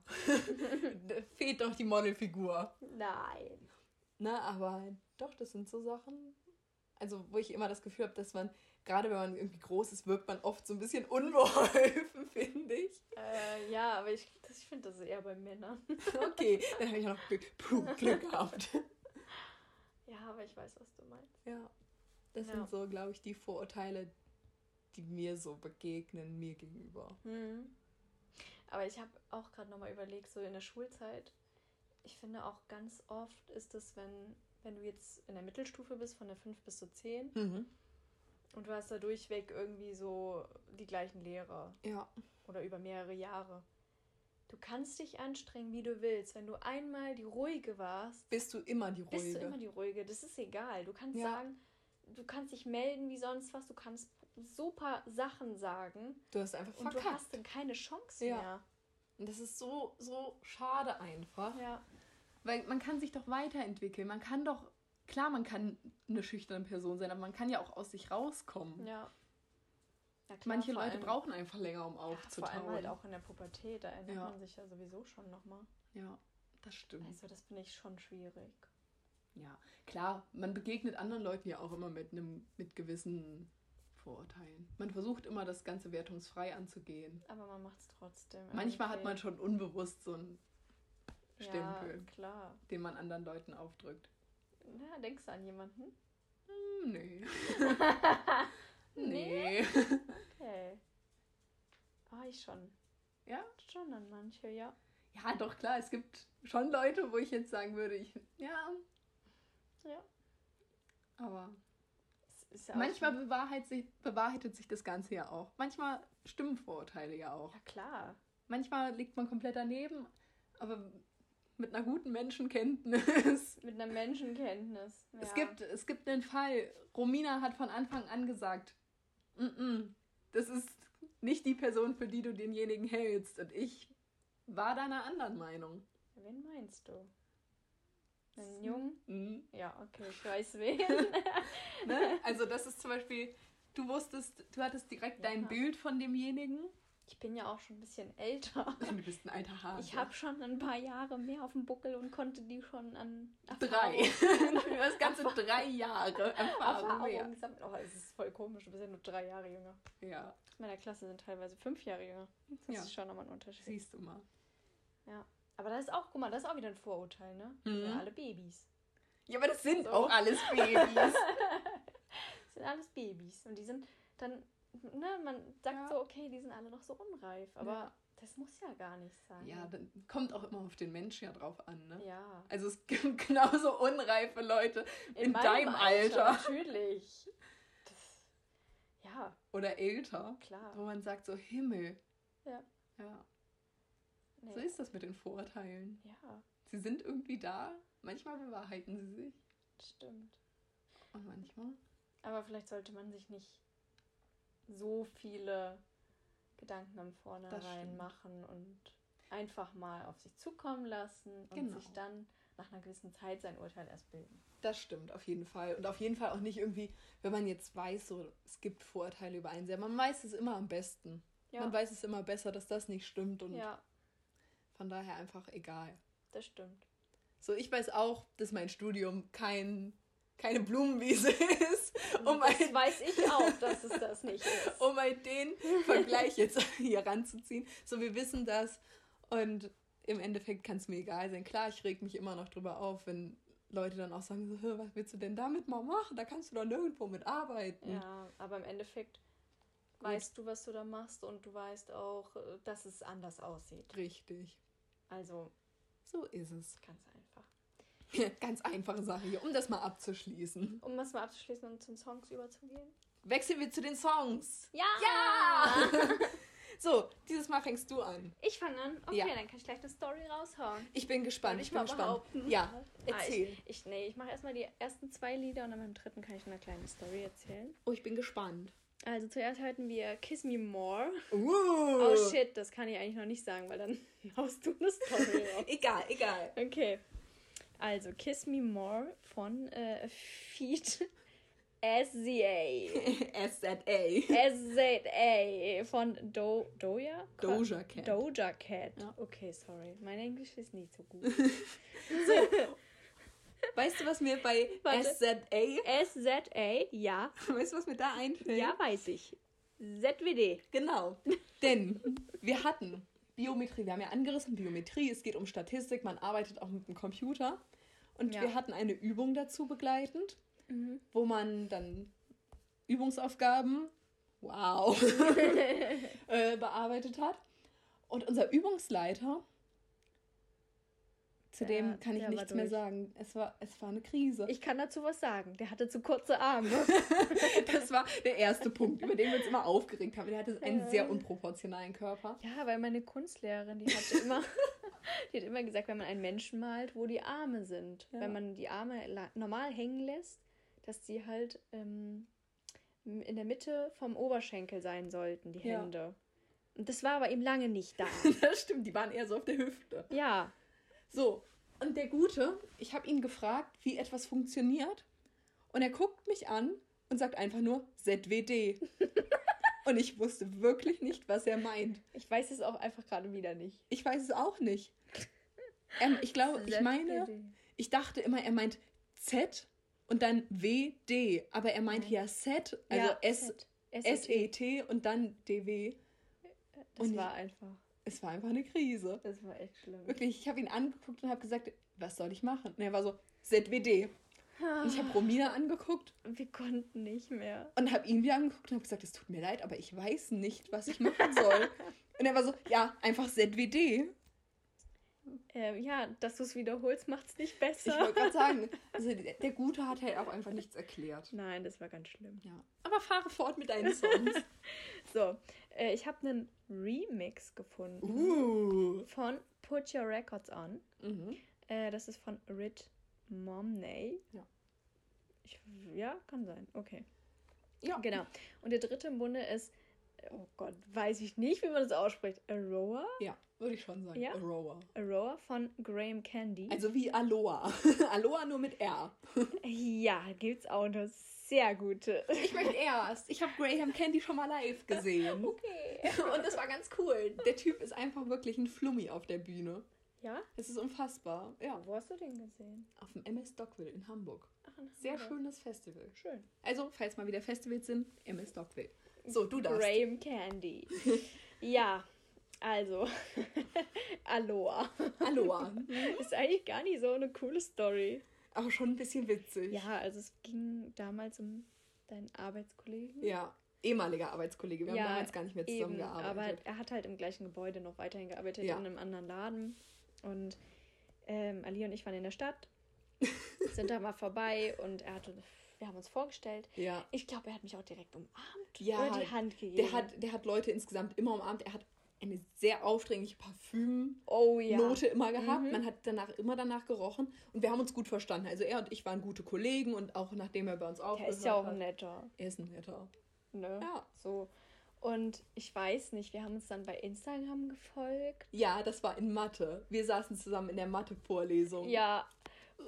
A: da fehlt doch die Modelfigur.
B: Nein.
A: Ne, aber doch, das sind so Sachen, also wo ich immer das Gefühl habe, dass man, gerade wenn man irgendwie groß ist, wirkt man oft so ein bisschen unbeholfen, finde ich.
B: Äh, ja, aber ich, das- ich finde das eher bei Männern.
A: Okay, dann habe ich auch noch Glück, Puh, Glück gehabt.
B: Ja, aber ich weiß, was du meinst.
A: Ja, das
B: Ja.
A: sind so, glaube ich, die Vorurteile, die mir so begegnen, mir gegenüber.
B: Mhm. Aber ich habe auch gerade nochmal überlegt, so in der Schulzeit, ich finde auch ganz oft ist es, wenn, wenn du jetzt in der Mittelstufe bist, von der 5 bis zur 10, und du hast da durchweg irgendwie so die gleichen Lehrer
A: Ja,
B: oder über mehrere Jahre. Du kannst dich anstrengen, wie du willst. Wenn du einmal die Ruhige warst,
A: bist du immer die Ruhige.
B: Bist du immer die Ruhige? Das ist egal. Du kannst
A: Ja.
B: sagen, du kannst dich melden wie sonst was, du kannst super Sachen sagen
A: Du hast einfach
B: und
A: verkackt.
B: du hast dann keine Chance
A: Ja. Und das ist so, so schade einfach.
B: mehr. Ja.
A: Weil man kann sich doch weiterentwickeln. Man kann doch, klar, man kann eine schüchterne Person sein, aber man kann ja auch aus sich rauskommen.
B: ja. Ja, klar,
A: Manche
B: vor
A: Leute
B: allem-
A: brauchen einfach länger, um
B: ja, Vor
A: aufzutauen.
B: allem halt auch in der Pubertät, da erinnert
A: Ja. Mhm.
B: man sich ja sowieso schon nochmal.
A: ja, das stimmt.
B: Also das finde ich schon schwierig.
A: Ja, klar, man begegnet anderen Leuten ja auch immer mit einem mit gewissen Vorurteilen. Man versucht immer das Ganze wertungsfrei anzugehen.
B: Aber man macht es trotzdem.
A: Manchmal hat
B: irgendwie.
A: man schon unbewusst so einen Stempel,
B: Ja, klar.
A: den man anderen Leuten aufdrückt.
B: Na, denkst du an jemanden?
A: Hm, nee.
B: Nee?
A: nee.
B: Okay. Ah, ich schon.
A: Ja?
B: Schon an manche, ja.
A: Ja, doch klar, es gibt schon Leute, wo ich jetzt sagen würde, ich ja,
B: Ja.
A: aber
B: Es ist ja auch-
A: manchmal bewahrheit sich, bewahrheitet sich das Ganze ja auch. Manchmal stimmen Vorurteile ja auch.
B: Ja, klar.
A: Manchmal liegt man komplett daneben, aber mit einer guten Menschenkenntnis.
B: Mit einer Menschenkenntnis. Ja.
A: Es, gibt, es gibt einen Fall. Romina hat von Anfang an gesagt, "Mm, mm, das ist nicht die Person, für die du denjenigen hältst. Und ich war da einer anderen Meinung.
B: Wen meinst du? Einen Jungen?
A: Mhm.
B: Ja, okay, ich weiß wen.
A: Ne? Also das ist zum Beispiel, du wusstest, du hattest direkt
B: Ja.
A: dein Bild von demjenigen
B: Ich bin ja auch schon ein bisschen älter.
A: Du bist ein alter Hase.
B: Ich habe schon ein paar Jahre mehr auf dem Buckel und konnte die schon an
A: drei.
B: Erfahrung-
A: Für das ganze drei Jahre Erfahrung mehr.
B: Erfahrung sammeln. Oh, es ist voll komisch, du bist ja nur drei Jahre jünger.
A: Ja,
B: Aus meiner Klasse sind teilweise fünf Jahre jünger. Das
A: Ja.
B: ist schon nochmal ein Unterschied.
A: siehst du mal.
B: Aber das ist auch, guck mal, das ist auch wieder ein Vorurteil, ne?
A: Mhm.
B: Sind ja alle Babys.
A: Ja, aber das sind
B: So.
A: auch alles Babys.
B: Das sind alles Babys. Und die sind dann, ne, man sagt
A: Ja.
B: so, okay, die sind alle noch so unreif. Aber
A: Ja.
B: das muss ja gar nicht sein.
A: ja, dann kommt auch immer auf den Menschen ja drauf an, ne?
B: ja.
A: Also es gibt genauso unreife Leute in deinem Alter
B: Natürlich. Das, ja,
A: oder älter,
B: klar.
A: wo man sagt so Himmel.
B: Ja.
A: Ja,
B: Nee.
A: so ist das mit den Vorurteilen.
B: ja,
A: Sie sind irgendwie da, manchmal bewahrheiten sie sich
B: stimmt.
A: und manchmal
B: Aber vielleicht sollte man sich nicht so viele Gedanken am Vornherein
A: stimmt.
B: machen und einfach mal auf sich zukommen lassen und
A: Genau.
B: sich dann nach einer gewissen Zeit sein Urteil erst bilden.
A: Das stimmt, auf jeden Fall. Und auf jeden Fall auch nicht irgendwie, wenn man jetzt weiß, so, es gibt Vorurteile über einen selber. Man weiß es immer am besten.
B: Ja,
A: Man weiß es immer besser, dass das nicht stimmt und
B: ja
A: von daher einfach egal.
B: das stimmt.
A: So, ich weiß auch, dass mein Studium kein, keine Blumenwiese ist,
B: Und
A: um,
B: das
A: ein,
B: weiß ich auch, dass es das nicht ist.
A: um halt den Vergleich jetzt hier ranzuziehen. So, wir wissen das und im Endeffekt kann es mir egal sein. Klar, ich reg mich immer noch drüber auf, wenn Leute dann auch sagen, so, "Hä, was willst du denn damit mal machen? Da kannst du doch nirgendwo mit arbeiten.
B: Ja, aber im Endeffekt
A: Gut.
B: weißt du, was du da machst und du weißt auch, äh, dass es anders aussieht.
A: Richtig.
B: Also
A: So ist es.
B: ganz einfach.
A: Ganz einfache Sache hier, um das mal abzuschließen.
B: Um das mal abzuschließen und zum Songs überzugehen.
A: Wechseln wir zu den Songs.
B: Ja!
A: Ja! So, dieses Mal fängst du an.
B: Ich fange an. Okay,
A: Ja.
B: dann kann ich gleich eine Story raushauen.
A: Ich bin gespannt.
B: Soll
A: Ich bin gespannt.
B: behaupten?
A: Ja,
B: Ah,
A: erzähl.
B: ich, ich, nee, ich mache erstmal die ersten zwei Lieder und dann beim dritten kann ich eine kleine Story erzählen.
A: Oh, ich bin gespannt.
B: Also zuerst halten wir Kiss Me More.
A: Uh.
B: Oh shit, das kann ich eigentlich noch nicht sagen, weil dann haust du eine Story raus.
A: Egal, egal.
B: Okay. Also Kiss Me More von äh, Feed SZA.
A: SZA.
B: SZA von Do Doja?
A: Doja Cat.
B: Doja Cat.
A: Ja.
B: Okay, sorry. Mein Englisch ist nicht so gut.
A: weißt du, was mir bei
B: Warte.
A: SZA,
B: SZA, ja.
A: weißt du, was mir da einfällt?
B: Ja, weiß ich. ZWD.
A: Genau. Denn wir hatten Biometrie, wir haben ja angerissen, Biometrie, es geht um Statistik, man arbeitet auch mit dem Computer. Und
B: Ja.
A: wir hatten eine Übung dazu begleitend,
B: Mhm.
A: wo man dann Übungsaufgaben, wow, äh, bearbeitet hat. Und unser Übungsleiter, zu dem
B: Der-
A: kann ich
B: der war
A: nichts mehr
B: durch.
A: sagen. Es war, es war eine Krise.
B: Ich kann dazu was sagen. Der hatte zu kurze Arme.
A: das war der erste Punkt, über den wir uns immer aufgeregt haben. Der hatte einen sehr unproportionalen Körper.
B: ja, weil meine Kunstlehrerin, die hat immer, die hat immer gesagt, wenn man einen Menschen malt, wo die Arme sind.
A: Ja.
B: Wenn man die Arme la- normal hängen lässt, dass die halt ähm, in der Mitte vom Oberschenkel sein sollten, die
A: Ja.
B: Hände. Und das war bei ihm lange nicht da.
A: Das stimmt, die waren eher so auf der Hüfte.
B: ja.
A: So, und der Gute, ich habe ihn gefragt, wie etwas funktioniert. Und er guckt mich an und sagt einfach nur ZWD. und ich wusste wirklich nicht, was er meint.
B: Ich weiß es auch einfach gerade wieder nicht.
A: Ich weiß es auch nicht. Ähm, ich glaube, ich meine,
B: ZWD.
A: ich dachte immer, er meint Z und dann WD. Aber er meint
B: Nein.
A: ja Set, also
B: Ja,
A: S,
B: SET.
A: S-E-T und dann DW.
B: Das
A: Und
B: war einfach.
A: Es war einfach eine Krise.
B: Das war echt schlimm.
A: Wirklich, ich habe ihn angeguckt und habe gesagt, was soll ich machen? Und er war so, ZWD. Und ich habe Romina angeguckt
B: Ah, Wir konnten nicht mehr.
A: und habe ihn wieder angeguckt und habe gesagt, es tut mir leid, aber ich weiß nicht, was ich machen soll. und er war so, ja, einfach ZWD.
B: Ähm, ja, dass du es wiederholst, macht es nicht
A: Ich
B: besser.
A: wollte gerade sagen, also der, der Gute hat halt auch einfach nichts erklärt.
B: Nein, das war ganz schlimm.
A: Ja. Aber fahre fort mit deinen Songs.
B: So, äh, ich habe einen Remix gefunden
A: uh.
B: von Put Your Records On.
A: Mhm.
B: Äh, das ist von Rit Momney.
A: Ja.
B: Ich, ja, kann sein. Okay.
A: Ja,
B: Genau. Und der dritte im Bunde ist, oh Gott, weiß ich nicht, wie man das ausspricht. Aroa?
A: ja würde ich schon sagen.
B: Ja?
A: Aroa.
B: Aroa von Graham Candy.
A: Also wie Aloha. Aloha nur mit R.
B: Ja, gibt's auch noch sehr gute.
A: Ich möchte erst. Ich habe Graham Candy schon mal live gesehen.
B: Okay.
A: Und das war ganz cool. Der Typ ist einfach wirklich ein Flummi auf der Bühne.
B: Ja?
A: Es ist unfassbar. Ja,
B: Wo hast du den gesehen?
A: auf dem MS Dockville in Hamburg.
B: Ach, in
A: Sehr
B: Hamburg.
A: schönes Festival.
B: Schön.
A: Also, falls mal wieder Festivals sind, MS Dockville. So, du darfst.
B: Graham Candy. ja, also. Aloha.
A: Aloha.
B: Ist eigentlich gar nicht so eine coole Story.
A: Aber schon ein bisschen witzig.
B: Ja, also es ging damals um deinen Arbeitskollegen.
A: Ja. Ehemaliger Arbeitskollege. Wir
B: Ja,
A: haben damals gar nicht mehr
B: Eben,
A: zusammengearbeitet.
B: aber er hat halt im gleichen Gebäude noch weiterhin gearbeitet,
A: Ja.
B: in einem anderen Laden. Und ähm, Ali und ich waren in der Stadt, sind da mal vorbei und er hat, wir haben uns vorgestellt.
A: ja.
B: Ich glaube, er hat mich auch direkt umarmt
A: Ja,
B: oder die Hand gegeben.
A: Der hat, der hat Leute insgesamt immer umarmt. Er hat eine sehr aufdringliche Parfümnote
B: oh ja.
A: immer gehabt.
B: Mhm.
A: Man hat danach immer danach gerochen und wir haben uns gut verstanden. Also er und ich waren gute Kollegen und auch nachdem er bei uns
B: Der
A: aufgehört
B: ist ja auch ein
A: hat.
B: netter.
A: Er ist ein netter.
B: Ne?
A: Ja.
B: So. Und ich weiß nicht, wir haben uns dann bei Instagram gefolgt.
A: Ja, das war in Mathe. Wir saßen zusammen in der Mathe-Vorlesung.
B: Ja.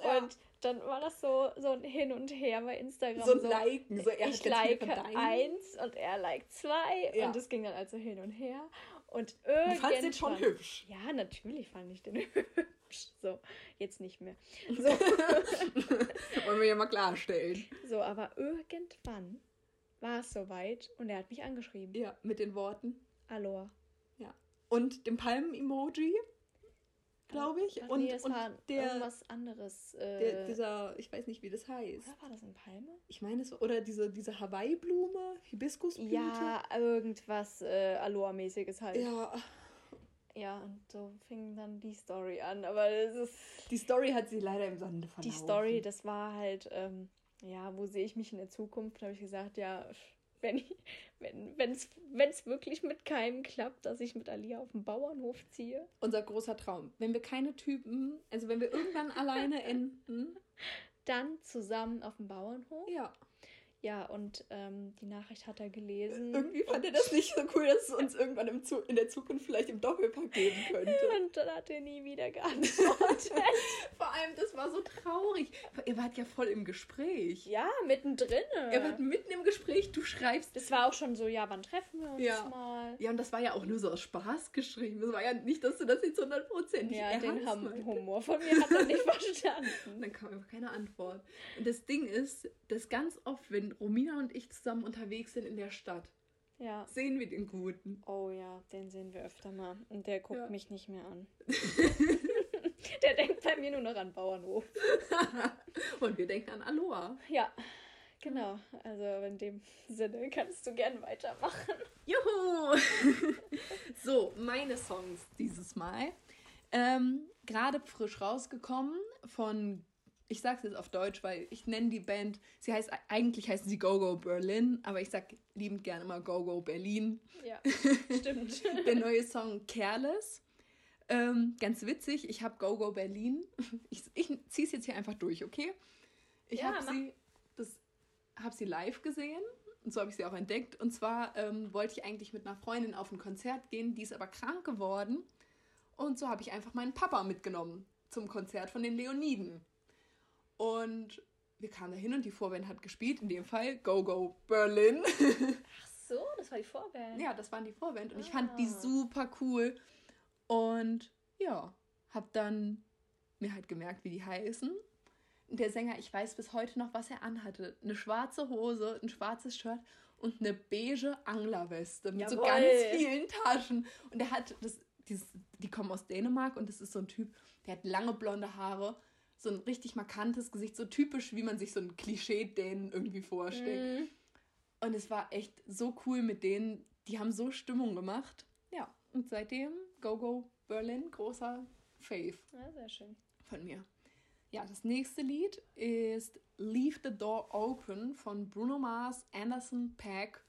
A: Ja.
B: Und dann war das so, so ein Hin und Her bei Instagram.
A: So ein Liken. So, er
B: ich
A: hat ganz viele
B: like
A: von deinen.
B: eins und er like zwei.
A: Ja.
B: Und es ging dann also hin und her. Und
A: Du
B: irgendwann.
A: fandst den schon hübsch.
B: Ja, natürlich fand ich den hübsch. So, jetzt nicht mehr.
A: Wollen wir ja mal klarstellen.
B: So, aber irgendwann war es soweit und er hat mich angeschrieben.
A: Ja, mit den Worten.
B: Aloha.
A: Und dem Palmen-Emoji, glaube ich.
B: Ach
A: und
B: nee, es
A: und
B: war
A: der,
B: irgendwas anderes. Äh,
A: der, dieser, ich weiß nicht, wie das heißt.
B: oder war das ein Palme?
A: Ich meine, es oder diese, diese Hawaii-Blume, Hibiskusblüte.
B: Ja, irgendwas äh, Aloha-mäßiges halt.
A: Ja,
B: Ja, und so fing dann die Story an. Aber das ist
A: die Story hat sie leider im Sande verlaufen.
B: die Story, das war halt, ähm, ja, wo sehe ich mich in der Zukunft? Da habe ich gesagt, ja, wenn ich, wenn, wenn's, wenn's wirklich mit keinem klappt, dass ich mit Alia auf den Bauernhof ziehe.
A: Unser großer Traum. Wenn wir keine Typen, also wenn wir irgendwann alleine enden.
B: Dann zusammen auf dem Bauernhof.
A: Ja.
B: Ja, und ähm, die Nachricht hat er gelesen.
A: Irgendwie fand er das nicht so cool, dass es uns irgendwann im Zu in der Zukunft vielleicht im Doppelpack geben könnte.
B: Und dann hat er nie wieder geantwortet.
A: Vor allem, das war so traurig. Ihr wart ja voll im Gespräch.
B: ja, mittendrin.
A: Ihr wart mitten im Gespräch, du schreibst.
B: Das war auch schon so, ja, wann treffen wir uns
A: Ja.
B: mal?
A: Ja, und das war ja auch nur so aus Spaß geschrieben. Das war ja nicht, dass du das jetzt hundertprozentig
B: Ja, den
A: ernst
B: Ham
A: meinst.
B: Humor von mir hat er nicht
A: Und
B: verstanden.
A: dann kam einfach keine Antwort. Und das Ding ist, dass ganz oft, wenn Romina und ich zusammen unterwegs sind in der Stadt,
B: Ja.
A: sehen wir den Guten.
B: Oh ja, den sehen wir öfter mal. Und der guckt
A: Ja.
B: mich nicht mehr an. der denkt bei mir nur noch an Bauernhof.
A: Und wir denken an Aloha.
B: Ja, genau. Also in dem Sinne kannst du gern weitermachen.
A: Juhu! so, meine Songs dieses Mal. Ähm, Gerade frisch rausgekommen von, ich sag's jetzt auf Deutsch, weil ich nenne die Band, sie heißt, eigentlich heißen sie Go-Go Berlin, aber ich sag liebend gerne immer Go-Go Berlin.
B: Ja, stimmt.
A: Der neue Song Careless. Ähm, ganz witzig, ich habe Go Go Berlin. Ich, ich ziehe es jetzt hier einfach durch, okay? Ich
B: Ja,
A: habe
B: mach.
A: sie, das, hab sie live gesehen und so habe ich sie auch entdeckt. Und zwar ähm, wollte ich eigentlich mit einer Freundin auf ein Konzert gehen, die ist aber krank geworden. Und so habe ich einfach meinen Papa mitgenommen zum Konzert von den Leoniden. Und wir kamen dahin und die Vorband hat gespielt, in dem Fall Go Go Berlin.
B: Ach so, das war die Vorband.
A: Ja, das waren die Vorband und ich
B: Ah.
A: fand die super cool. Und ja, hab dann mir halt gemerkt, wie die heißen. Und Der Sänger, ich weiß bis heute noch, was er anhatte. Eine schwarze Hose, ein schwarzes Shirt und eine beige Anglerweste mit so
B: Jawohl.
A: ganz vielen Taschen. Und er hat, das, dieses, die kommen aus Dänemark und das ist so ein Typ, der hat lange blonde Haare, so ein richtig markantes Gesicht, so typisch, wie man sich so ein Klischee-Dänen irgendwie vorstellt.
B: Mhm.
A: Und es war echt so cool mit denen. Die haben so Stimmung gemacht. Ja, und seitdem Go Go Berlin, großer Fave
B: Ja, sehr schön.
A: von mir. Ja, das nächste Lied ist Leave the Door Open von Bruno Mars, Anderson Pack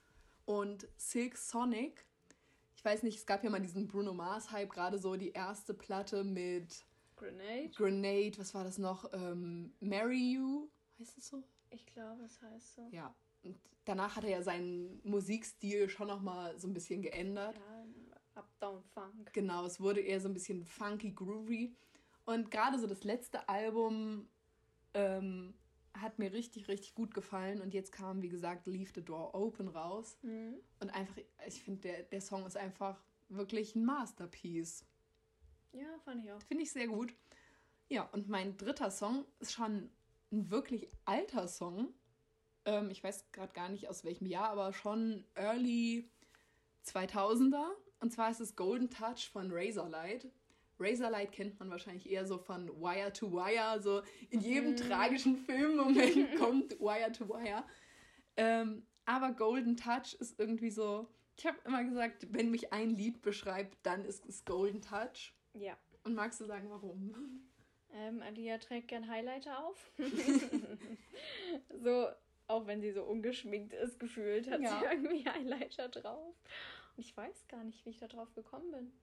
A: und Silk Sonic. Ich weiß nicht, es gab ja mal diesen Bruno Mars-Hype, gerade so die erste Platte mit
B: Grenade?
A: Grenade, was war das noch? Ähm, Marry You, heißt es so?
B: Ich glaube, es heißt so.
A: Ja, und danach hat er ja seinen Musikstil schon nochmal so ein bisschen geändert.
B: Ja, ähm, Updown Funk.
A: Genau, es wurde eher so ein bisschen funky, groovy. Und gerade so das letzte Album ähm, hat mir richtig, richtig gut gefallen. Und jetzt kam, wie gesagt, Leave the Door Open raus.
B: Mhm.
A: Und einfach, ich finde, der, der Song ist einfach wirklich ein Masterpiece.
B: Ja, fand ich auch.
A: Finde ich sehr gut. Ja, und mein dritter Song ist schon ein wirklich alter Song. Ähm, ich weiß gerade gar nicht aus welchem Jahr, aber schon early 2000er. Und zwar ist es Golden Touch von Razorlight. Razorlight kennt man wahrscheinlich eher so von Wire to Wire. So in jedem
B: Mhm.
A: tragischen Filmmoment kommt Wire to Wire. Ähm, aber Golden Touch ist irgendwie so. Ich habe immer gesagt, wenn mich ein Lied beschreibt, dann ist es Golden Touch.
B: Ja.
A: Und magst du sagen, warum?
B: Ähm, Alia trägt gern Highlighter auf. so, auch wenn sie so ungeschminkt ist, gefühlt hat
A: Ja.
B: sie irgendwie Highlighter drauf. Und ich weiß gar nicht, wie ich da drauf gekommen bin.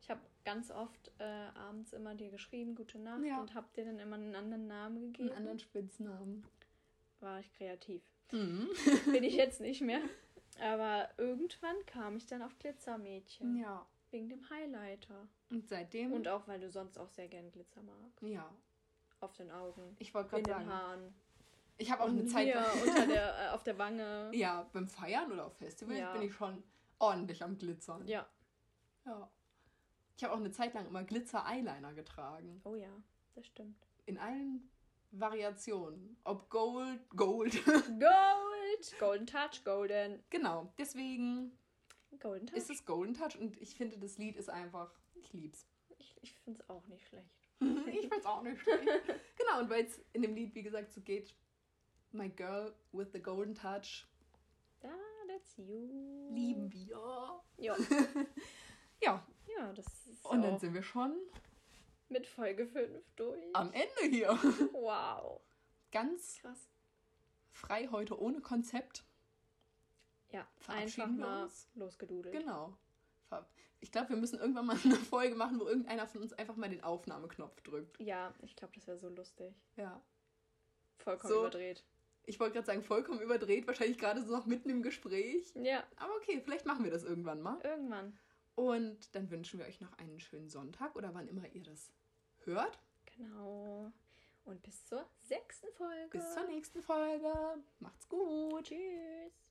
B: Ich habe ganz oft äh, abends immer dir geschrieben, gute Nacht,
A: Ja.
B: und habe dir dann immer einen anderen Namen gegeben.
A: Einen anderen Spitznamen.
B: War ich kreativ.
A: Mhm.
B: Bin ich jetzt nicht mehr. Aber irgendwann kam ich dann auf Glitzermädchen.
A: Ja.
B: Wegen dem Highlighter.
A: Und seitdem.
B: Und auch, weil du sonst auch sehr gern Glitzer magst.
A: ja.
B: Auf den Augen,
A: Ich wollte
B: in
A: gerade
B: den
A: sagen.
B: Haaren.
A: Ich habe auch eine
B: Und
A: Zeit.
B: hier unter der, äh, auf der Wange.
A: Ja, beim Feiern oder auf Festivals
B: Ja.
A: bin ich schon ordentlich am Glitzern.
B: Ja.
A: Ja. Ich habe auch eine Zeit lang immer Glitzer-Eyeliner getragen.
B: Oh ja, das stimmt.
A: In allen Variationen. Ob Gold, Gold.
B: Gold! Golden Touch, Golden.
A: genau. Deswegen
B: Golden Touch.
A: ist es Golden Touch und ich finde, das Lied ist einfach. Ich lieb's.
B: ich ich finde es auch nicht schlecht.
A: ich find's auch nicht schlecht. Genau, und weil es in dem Lied, wie gesagt, so geht: My Girl with the Golden Touch.
B: Da, that's you.
A: Lieben wir.
B: Ja,
A: Ja,
B: ja das ist
A: und dann
B: auch
A: sind wir schon
B: mit Folge 5 durch.
A: am Ende hier.
B: Wow.
A: Ganz
B: Krass.
A: frei heute ohne Konzept.
B: Ja,
A: Verabschieden
B: einfach
A: wir
B: mal
A: uns.
B: losgedudelt.
A: Genau. Ver- Ich glaube, wir müssen irgendwann mal eine Folge machen, wo irgendeiner von uns einfach mal den Aufnahmeknopf drückt.
B: Ja, ich glaube, das wäre so lustig.
A: Ja.
B: Vollkommen
A: So.
B: überdreht.
A: Ich wollte gerade sagen, vollkommen überdreht, wahrscheinlich gerade so noch mitten im Gespräch.
B: Ja,
A: Aber okay, vielleicht machen wir das irgendwann mal.
B: irgendwann.
A: Und dann wünschen wir euch noch einen schönen Sonntag oder wann immer ihr das hört.
B: Genau. Und bis zur sechsten Folge.
A: Bis zur nächsten Folge. Macht's gut.
B: Tschüss.